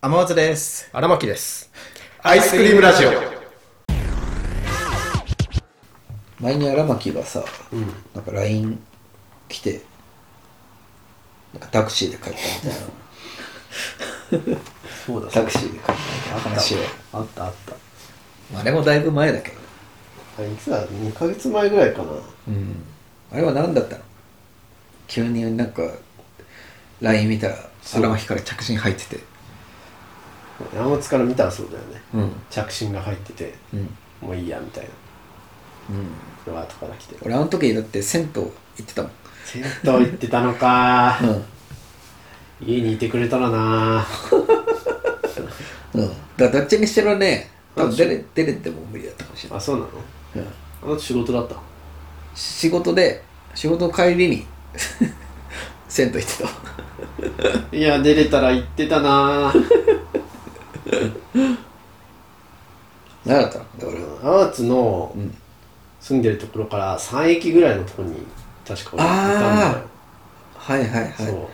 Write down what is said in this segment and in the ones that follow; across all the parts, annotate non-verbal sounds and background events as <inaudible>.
天松です。荒牧です。アイスクリームラジオ。前に荒牧がさ、なんか LINE 来てなんかタクシーで帰ったみたいな <laughs> そうだタクシーで帰ったみたいな話をあったあったまああれもだいぶ前だけどあいつは2ヶ月前ぐらいかなあれは何だったの急になんか LINE 見たら荒牧から着信入ってて山本から見たらそうだよねうん着信が入っててうんもういいやみたいうんなのが後から来て俺あの時だって銭湯行ってたもん銭湯行ってたのか <laughs> う家にいてくれたらなんうんだからどっちにしろね多分出れ出れても無理だったかもしれないあ、そうなのうんあの仕事だった仕事で仕事の帰りに銭湯行ってたいや出れたら行ってたな何だったのだからアーツのうん住んでるところから3駅ぐらいのところに確か俺いたんだよはいはいそうはい。だか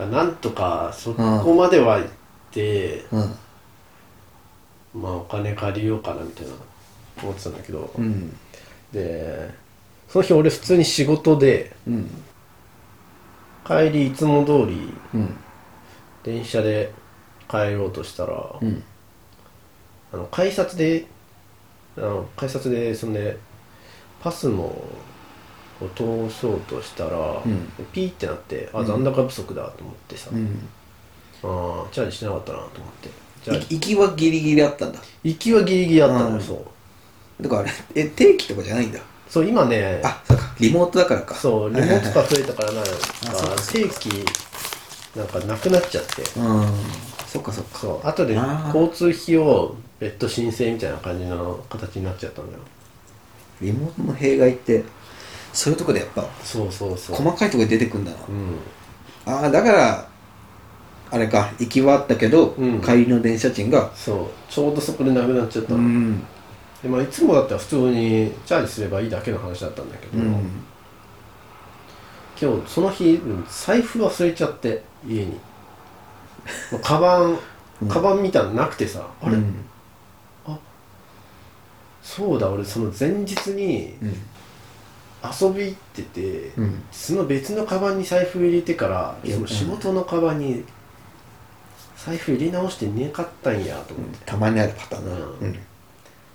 らなんとかそこまでは行って、うん。まあお金借りようかなみたいな思ってたんだけど、うん。でその日俺普通に仕事でうん。帰りいつも通りうん。電車で帰ろうとしたら、うん。あの改札であの改札でそんでパスモを通そうとしたら、うんピーってなってあ残高不足だと思ってさ、うん。ああチャージしてなかったなと思ってじゃあい行きはギリギリあったんだ。行きはギリギリあったのよ、うんそうだからあれ、え、定期とかじゃないんだ。そう今ねあ、そうか。リモートだからか。そう、リモートが増えたからなんかあそうか、正規、なんかなくなっちゃって、うん。そっかそっか。そう、後であー交通費を別途申請みたいな感じの形になっちゃったんだよ。リモートの弊害って、そういうとこでやっぱ、そうそうそう。細かいとこで出てくんだな。うん。ああ、だから、あれか、行きはあったけど、うん帰りの電車賃が、そう、ちょうどそこでなくなっちゃったの。ん。でまあ、いつもだったら普通にチャージすればいいだけの話だったんだけど、うん。今日その日、財布忘れちゃって、家 <laughs> に。もうカバン、カバン見たらなくてさ、あれ、うん。そうだ、俺その前日にうん。遊び行ってて、うん。その別のカバンに財布入れてからいやその仕事のカバンに財布入れ直してねかったんやと思って、たまにあるパターンだな。うん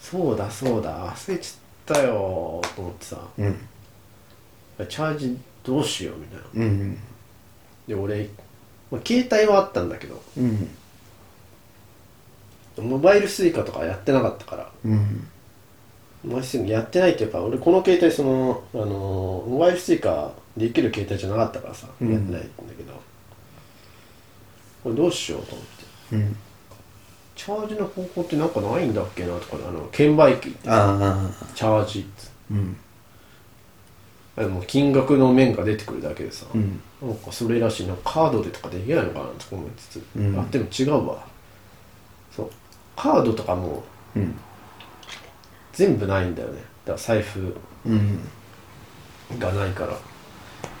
そうだそうだ忘れちゃったよと思ってさうん。チャージどうしようみたいなうん。うん。で俺、まあ、携帯はあったんだけどうん。モバイル Suica とかやってなかったからうん。モバイル Suica やってないってやっぱ俺この携帯その、あのーモバイル Suica できる携帯じゃなかったからさ、うんやってないんだけどこれどうしようと思ってうん。チャージの方法ってなんかないんだっけなとかねあの券売機 아,ってああ。チャージってうん。あの金額の面が出てくるだけでさ、うん。なんかそれらしいなカードでとかできないのかなとか思いつつ、うんあでも違うわそうカードとかもうん。全部ないんだよねだから財布うん。がないから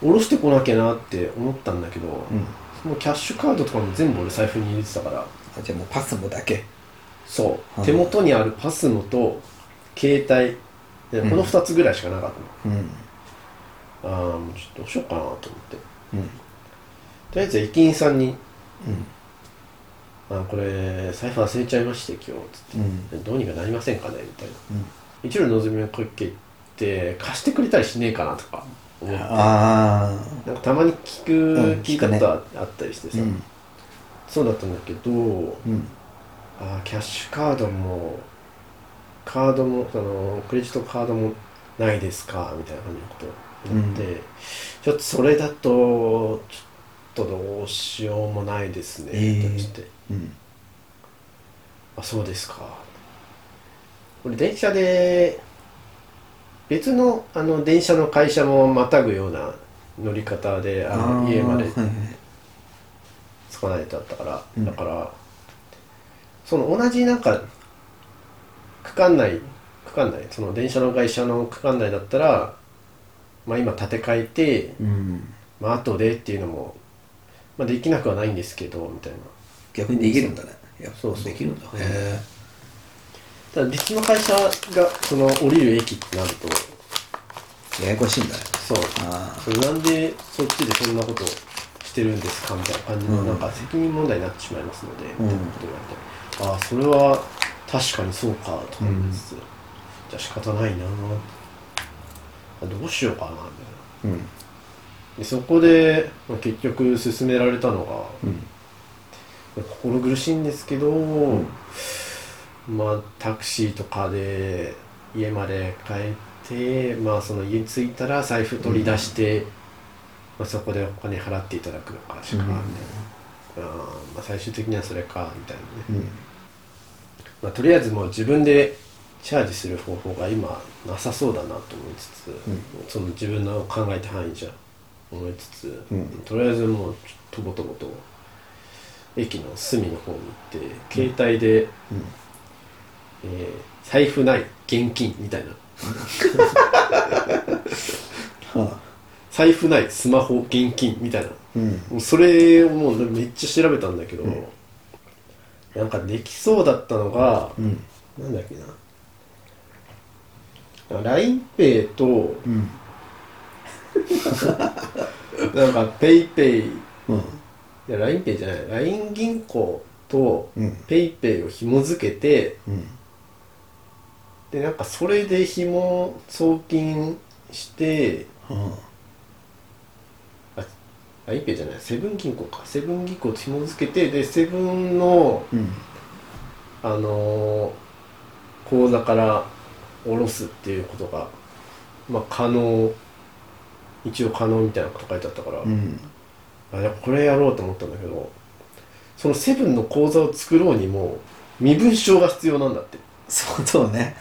下ろしてこなきゃなって思ったんだけど、うん。そのキャッシュカードとかも全部俺財布に入れてたからあじゃあもうパスもだけ。そはうい手元にあるパスモと携帯でこの2つぐらいしかなかったの、うん。ああもうちょっとどうしようかなと思ってうん。とりあえず駅員さんにうん。 「あーこれ財布忘れちゃいまして今日」つってうん。 「どうにかなりませんかね」みたいなうん一路望みをかけて貸してくれたりしねえかなとか思ってああ。なんかたまに聞く、うん聞い聞くたこねとああったりしてさ、うん。そうだったんだけどうん。あーキャッシュカードもカードもそのクレジットカードもないですかみたいな感じのことになって、ちょっとそれだとちょっとどうしようもないですねええみたいな言ってうん。あそうですか俺電車で別のあの電車の会社もまたぐような乗り方であの家まではいはいつかないとあったから、うんだからその同じなんか区間内区間内その電車の会社の区間内だったらまあ今建て替えてうん。まあ後でっていうのも、まあ、できなくはないんですけどみたいな逆にできるんだねいやそうそうできるんだへただ別の会社がその降りる駅ってなるとえややこしいんだねそうあそれなんでそっちでそんなことしてるんですかみたいな感じの、うんなんか責任問題になってしまいますので、みたんいなこと言われてああそれは確かにそうかと思いつつ、じゃあ仕方ないなあどうしようかなみたいなあうんでそこで、まあ、結局勧められたのが、うん心苦しいんですけど、まあタクシーとかで家まで帰ってまあその家に着いたら財布取り出して、まあ、そこでお金払っていただくのかしか、うんみたいなあーまあ、最終的にはそれかみたいなね、うんまあ、とりあえずもう自分でチャージする方法が今なさそうだなと思いつつ、その自分の考えた範囲じゃ思いつつ、うんとりあえずもうとぼとぼと駅の隅の方に行って携帯で、うんえー財布ない現金みたいなはあ財布ないスマホ現金みたいなうんもうそれをもうめっちゃ調べたんだけど、なんかできそうだったのが、うんなんだっけな l i n e イとうんなんか PayPay うんいや l i n e イじゃない LINE 銀行とうん PayPay を紐付けてうんでなんかそれで紐送金しては l i n e イじゃないセブン銀行かセブン銀行と紐付けてでセブンのあうんあのー口座から下ろすっていうことがまあ可能一応可能みたいなこと書いてあったから、うんあいやこれやろうと思ったんだけどそのセブンの口座を作ろうにも身分証が必要なんだってそうそう <laughs> ね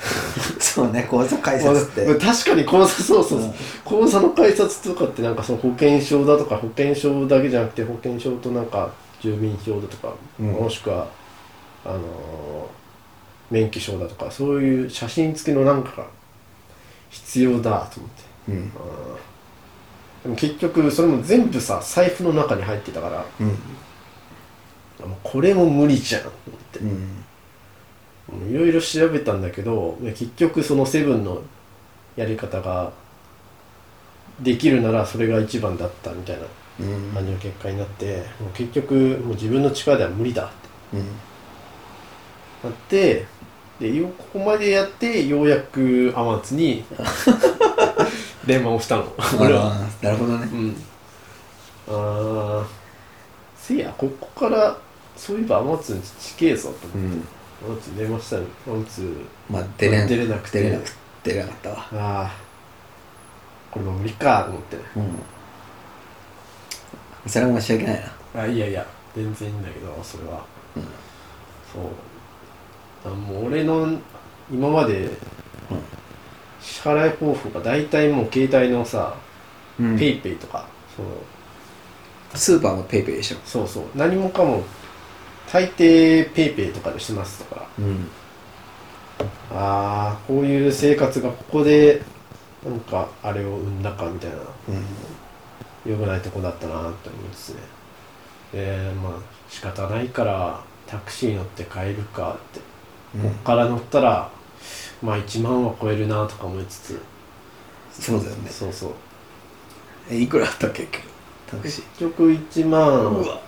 そうね口座開設ってまあ確かに口座そうそうそう、うん口座の改札とかってなんかその保険証だとか保険証だけじゃなくて保険証となんか住民票だとか、うんもしくはあのー免許証だとかそういう写真付きのなんかが必要だと思ってうんでも結局それも全部さ財布の中に入ってたからうんもうこれも無理じゃんと思ってうんいろいろ調べたんだけど結局そのセブンのやり方ができるならそれが一番だったみたいなうん感じの結果になって、もう結局もう自分の力では無理だっうんてなってでよここまでやってようやく天 <laughs> 津に電話をしたの俺は。あーなるほどねうんああせやここからそういえば天津に地形ぞとう思ってん天津電話したの天津まあ出れん出れなくて出れなく出れなかったわああこれもう無理かと思ってうんそれは申し訳ないなあいやいや全然いいんだけどそれは、うんそうあもう俺の今まで支払い方法が大体もう携帯のさ、うんペイペイとかそのスーパーもペイペイでしょそうそう何もかも大抵ペイペイとかでしてますとかうんああこういう生活がここでなんかあれを生んだかみたいなうん良くないとこだったなと思うんですねでまあ仕方ないからタクシー乗って帰るかって、うんこっから乗ったらまあ1万は超えるなとか思いつつそうだよねそうそうえいくらあったっけ結局タクシ結局1ー万、うわ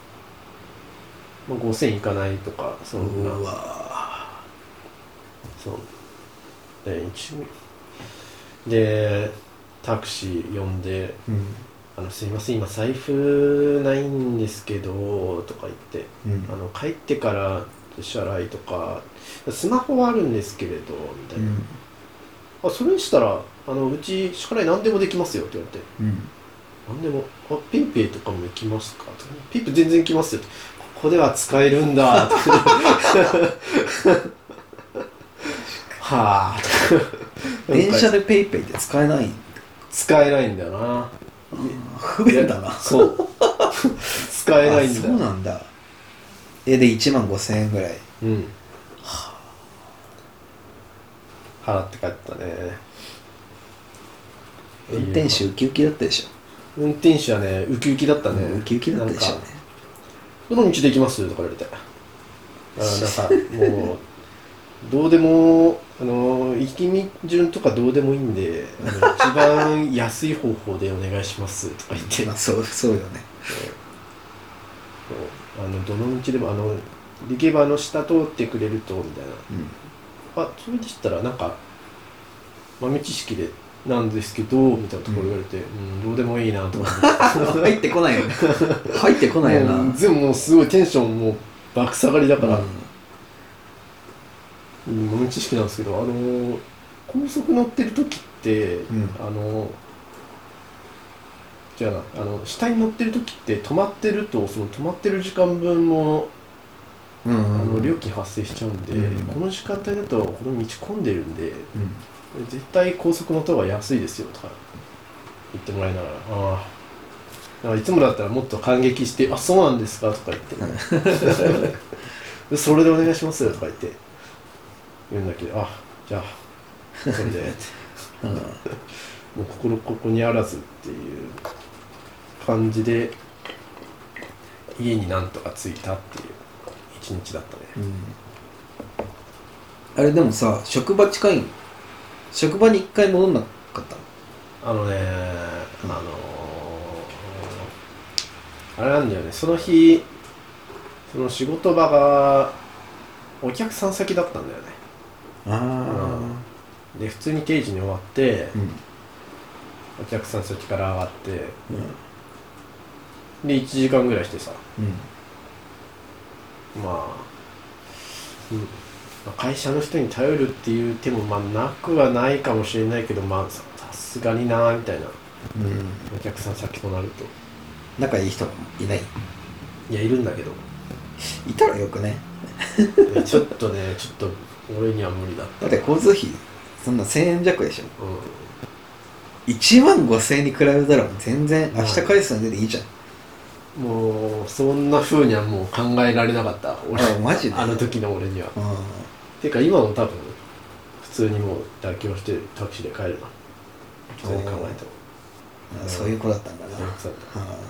まあ、5000いかないとかそんなうわそうで一でタクシー呼んでうん「あのすいません今財布ないんですけど」とか言ってうんあの帰ってから支払いとかスマホはあるんですけれどみたいな、あそれにしたらあのうち支払い何でもできますよって言われてうん何でもあペイペイとかも行きますかとペイペイ全然来ますよってここでは使えるんだってはあ電車でペイペイって使えない使えないんだよ <laughs> な不便だなそう <laughs> 使えないんだあそうなんだえで1万5千円ぐらいうん払って帰ったね運転手ウキウキだったでし運転手はねウキウキだったょ、ねウキウキだったでしょうなんかどの道で行きますとか言われてあー <laughs> なんかもうどうでもあの行きみ順とかどうでもいいんであの一番安い方法でお願いしますとか言ってまあそうそうよねあのどの道でもあのできればあの下通ってくれるとみたいなうんあそれでしたらなんか豆知識でなんですけどみたいなところ言われて、うんどうでもいいな <laughs> とか思入ってこないよね <laughs> 入ってこないよな、もう全部もうすごいテンションもう爆下がりだから、うん豆知識なんですけどあのー高速乗ってる時って、んあのーじゃあなあの下に乗ってる時って止まってるとその止まってる時間分もうんあうんのうん料金発生しちゃうんで、うんこの時間帯だとこの道混んでるんでうん絶対高速乗った方が安いですよとか言ってもらいながらああなんかいつもだったらもっと感激して「あそうなんですか」とか言って <laughs> 「でそれでお願いします」とか言って言うんだけど「あじゃあそれで」うんもう心ここにあらずっていう感じで家になんとか着いたっていう一日だったねあれでもさ職場近いの職場に一回戻んなかったのあのね、あのーあれなんだよね、その日、その仕事場が、お客さん先だったんだよね。あで、普通に定時に終わって、うんお客さん先から上がって、うんで、1時間ぐらいしてさ、うんまあ、うんまあ会社の人に頼るっていう手も、まあ、なくはないかもしれないけど、まあ、ささすがにな、みたいな、うんお客さん先となると。仲いい人いないいや、いるんだけど。いたらよくねねちょっとね、ちょっと俺には無理だった。だって交通費そんな1000円弱でしょうん、 1万5000円に比べたらもう全然明日返すの出ていいじゃんもう、そんな風にはもう考えられなかった。俺あマジであの時の俺には。うんてか、今も多分、普通にもう妥協してタクシーで帰るな。普通に考えても。あそういう子だったんだな大学生だっうん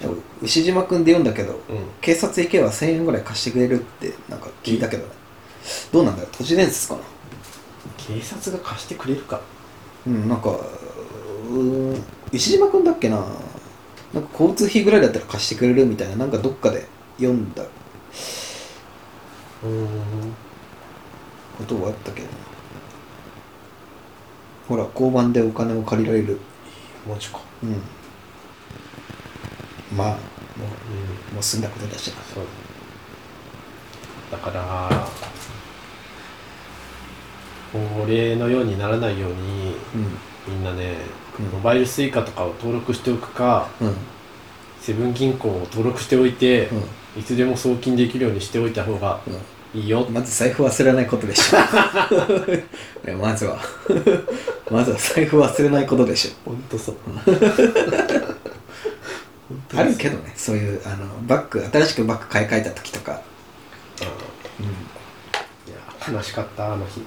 でも牛島君で読んだけどたうん。警察行けば1000円ぐらい貸してくれるってなんか聞いたけどねどうなんだろう都市伝説かな警察が貸してくれるか。うんなんかうーん石島君だっけななんか交通費ぐらいだったら貸してくれるみたいななんかどっかで読んだうーん。ことはあったけどなほら交番でお金を借りられるマジか。うんまあもうん。うもう済んだことだしなそう。だから、俺のようにならないように、うみんなね、うんモバイルスイカとかを登録しておくか、んうんセブン銀行を登録しておいて、いつでも送金できるようにしておいた方がうん、いいよ、うん、まず財布忘れないことで <laughs> しょまずはまずは財布忘れないことでしょほんとそうあるけどねそういうあのバッグ新しくバッグ買い替えた時とか、いや悲しかったあの日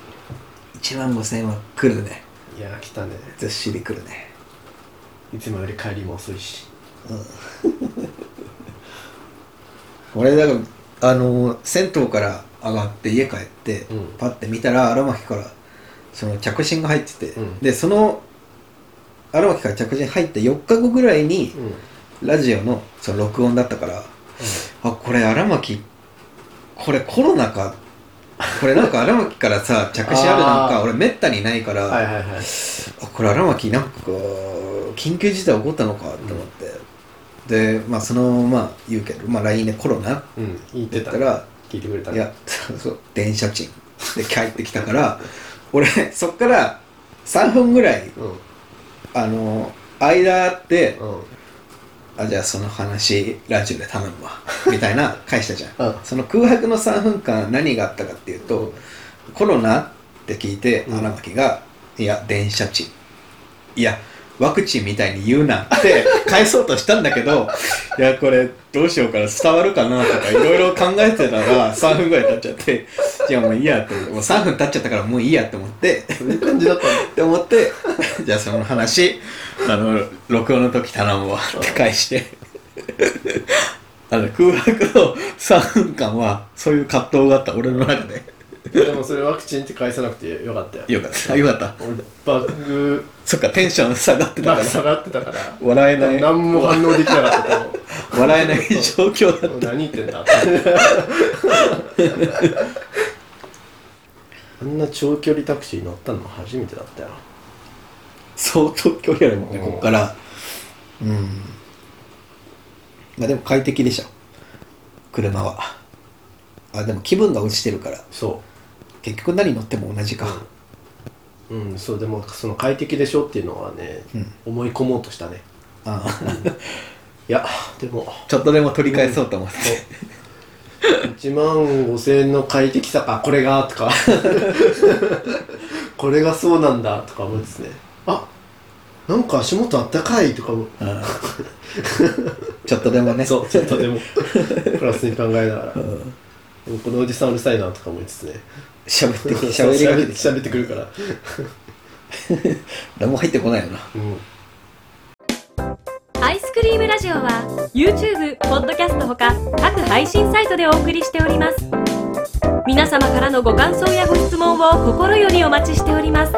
1万5000円は来るねいや来たねずっしり来るねいつもより帰りも遅いし俺だからあの銭湯から上がって家帰って、うんパッて見たら荒牧からその着信が入ってて、うんでその荒牧から着信入って4日後ぐらいにうんラジオのその録音だったから、あこれ荒牧これコロナかこれなんか荒牧からさ <laughs> 着信あるなんあかー俺めったにないから、はいはいはいあこれ荒牧なんか緊急事態起こったのかと思って、でまあそのまあ言うけど、まあ、LINE でコロナってうん言って言ったたら聞いてくれたいやそうそう電車賃で帰ってきたから <laughs> 俺そっから3分ぐらいうんうんあの間あってあじゃあその話ラジオで頼むわみたいな返したじゃんうんその空白の3分間何があったかっていうと、コロナって聞いてうん荒牧が「いや電車賃」「いやワクチンみたいに言うな」って <laughs> 返そうとしたんだけどいやこれどうしようかな伝わるかなとかいろいろ考えてたら3分ぐらい経っちゃってじゃあもういいやってもう3分経っちゃったからもういいやって思ってそういう感じだったんだって思ってじゃあその話あの録音の時頼むわって返してなので空白の3分間はそういう葛藤があった俺の中ででもそれワクチンって返さなくてよかったよよかったあよかった俺バグそっかテンション下がってたかバグら下がってたから笑えない何も反応できなかったと思う笑えない状況だっ何言ってんだってあんな長距離タクシー乗ったの初めてだったよ相当距離あるもんねこっからうんまあでも快適でしょ車はあでも気分が落ちてるからそ結局何乗っても同じかううんそうでもその快適でしょっていうのはね、うん思い込もうとしたねああいやでもちょっとでも取り返そうと思って1万5000円の快適さかこれがとか <laughs> これがそうなんだとか思うんですねあなんか足元あったかいとかもうんちょっとでもねそうちょっと <laughs> でもプラスに考えながんら、でもこのおじさんうるさいなとか思いつつね喋ってきそう喋りがけてきた喋ってくるから何も入ってこないよなうんアイスクリームラジオは YouTube、ポッドキャストほか各配信サイトでお送りしております皆様からのご感想やご質問を心よりお待ちしております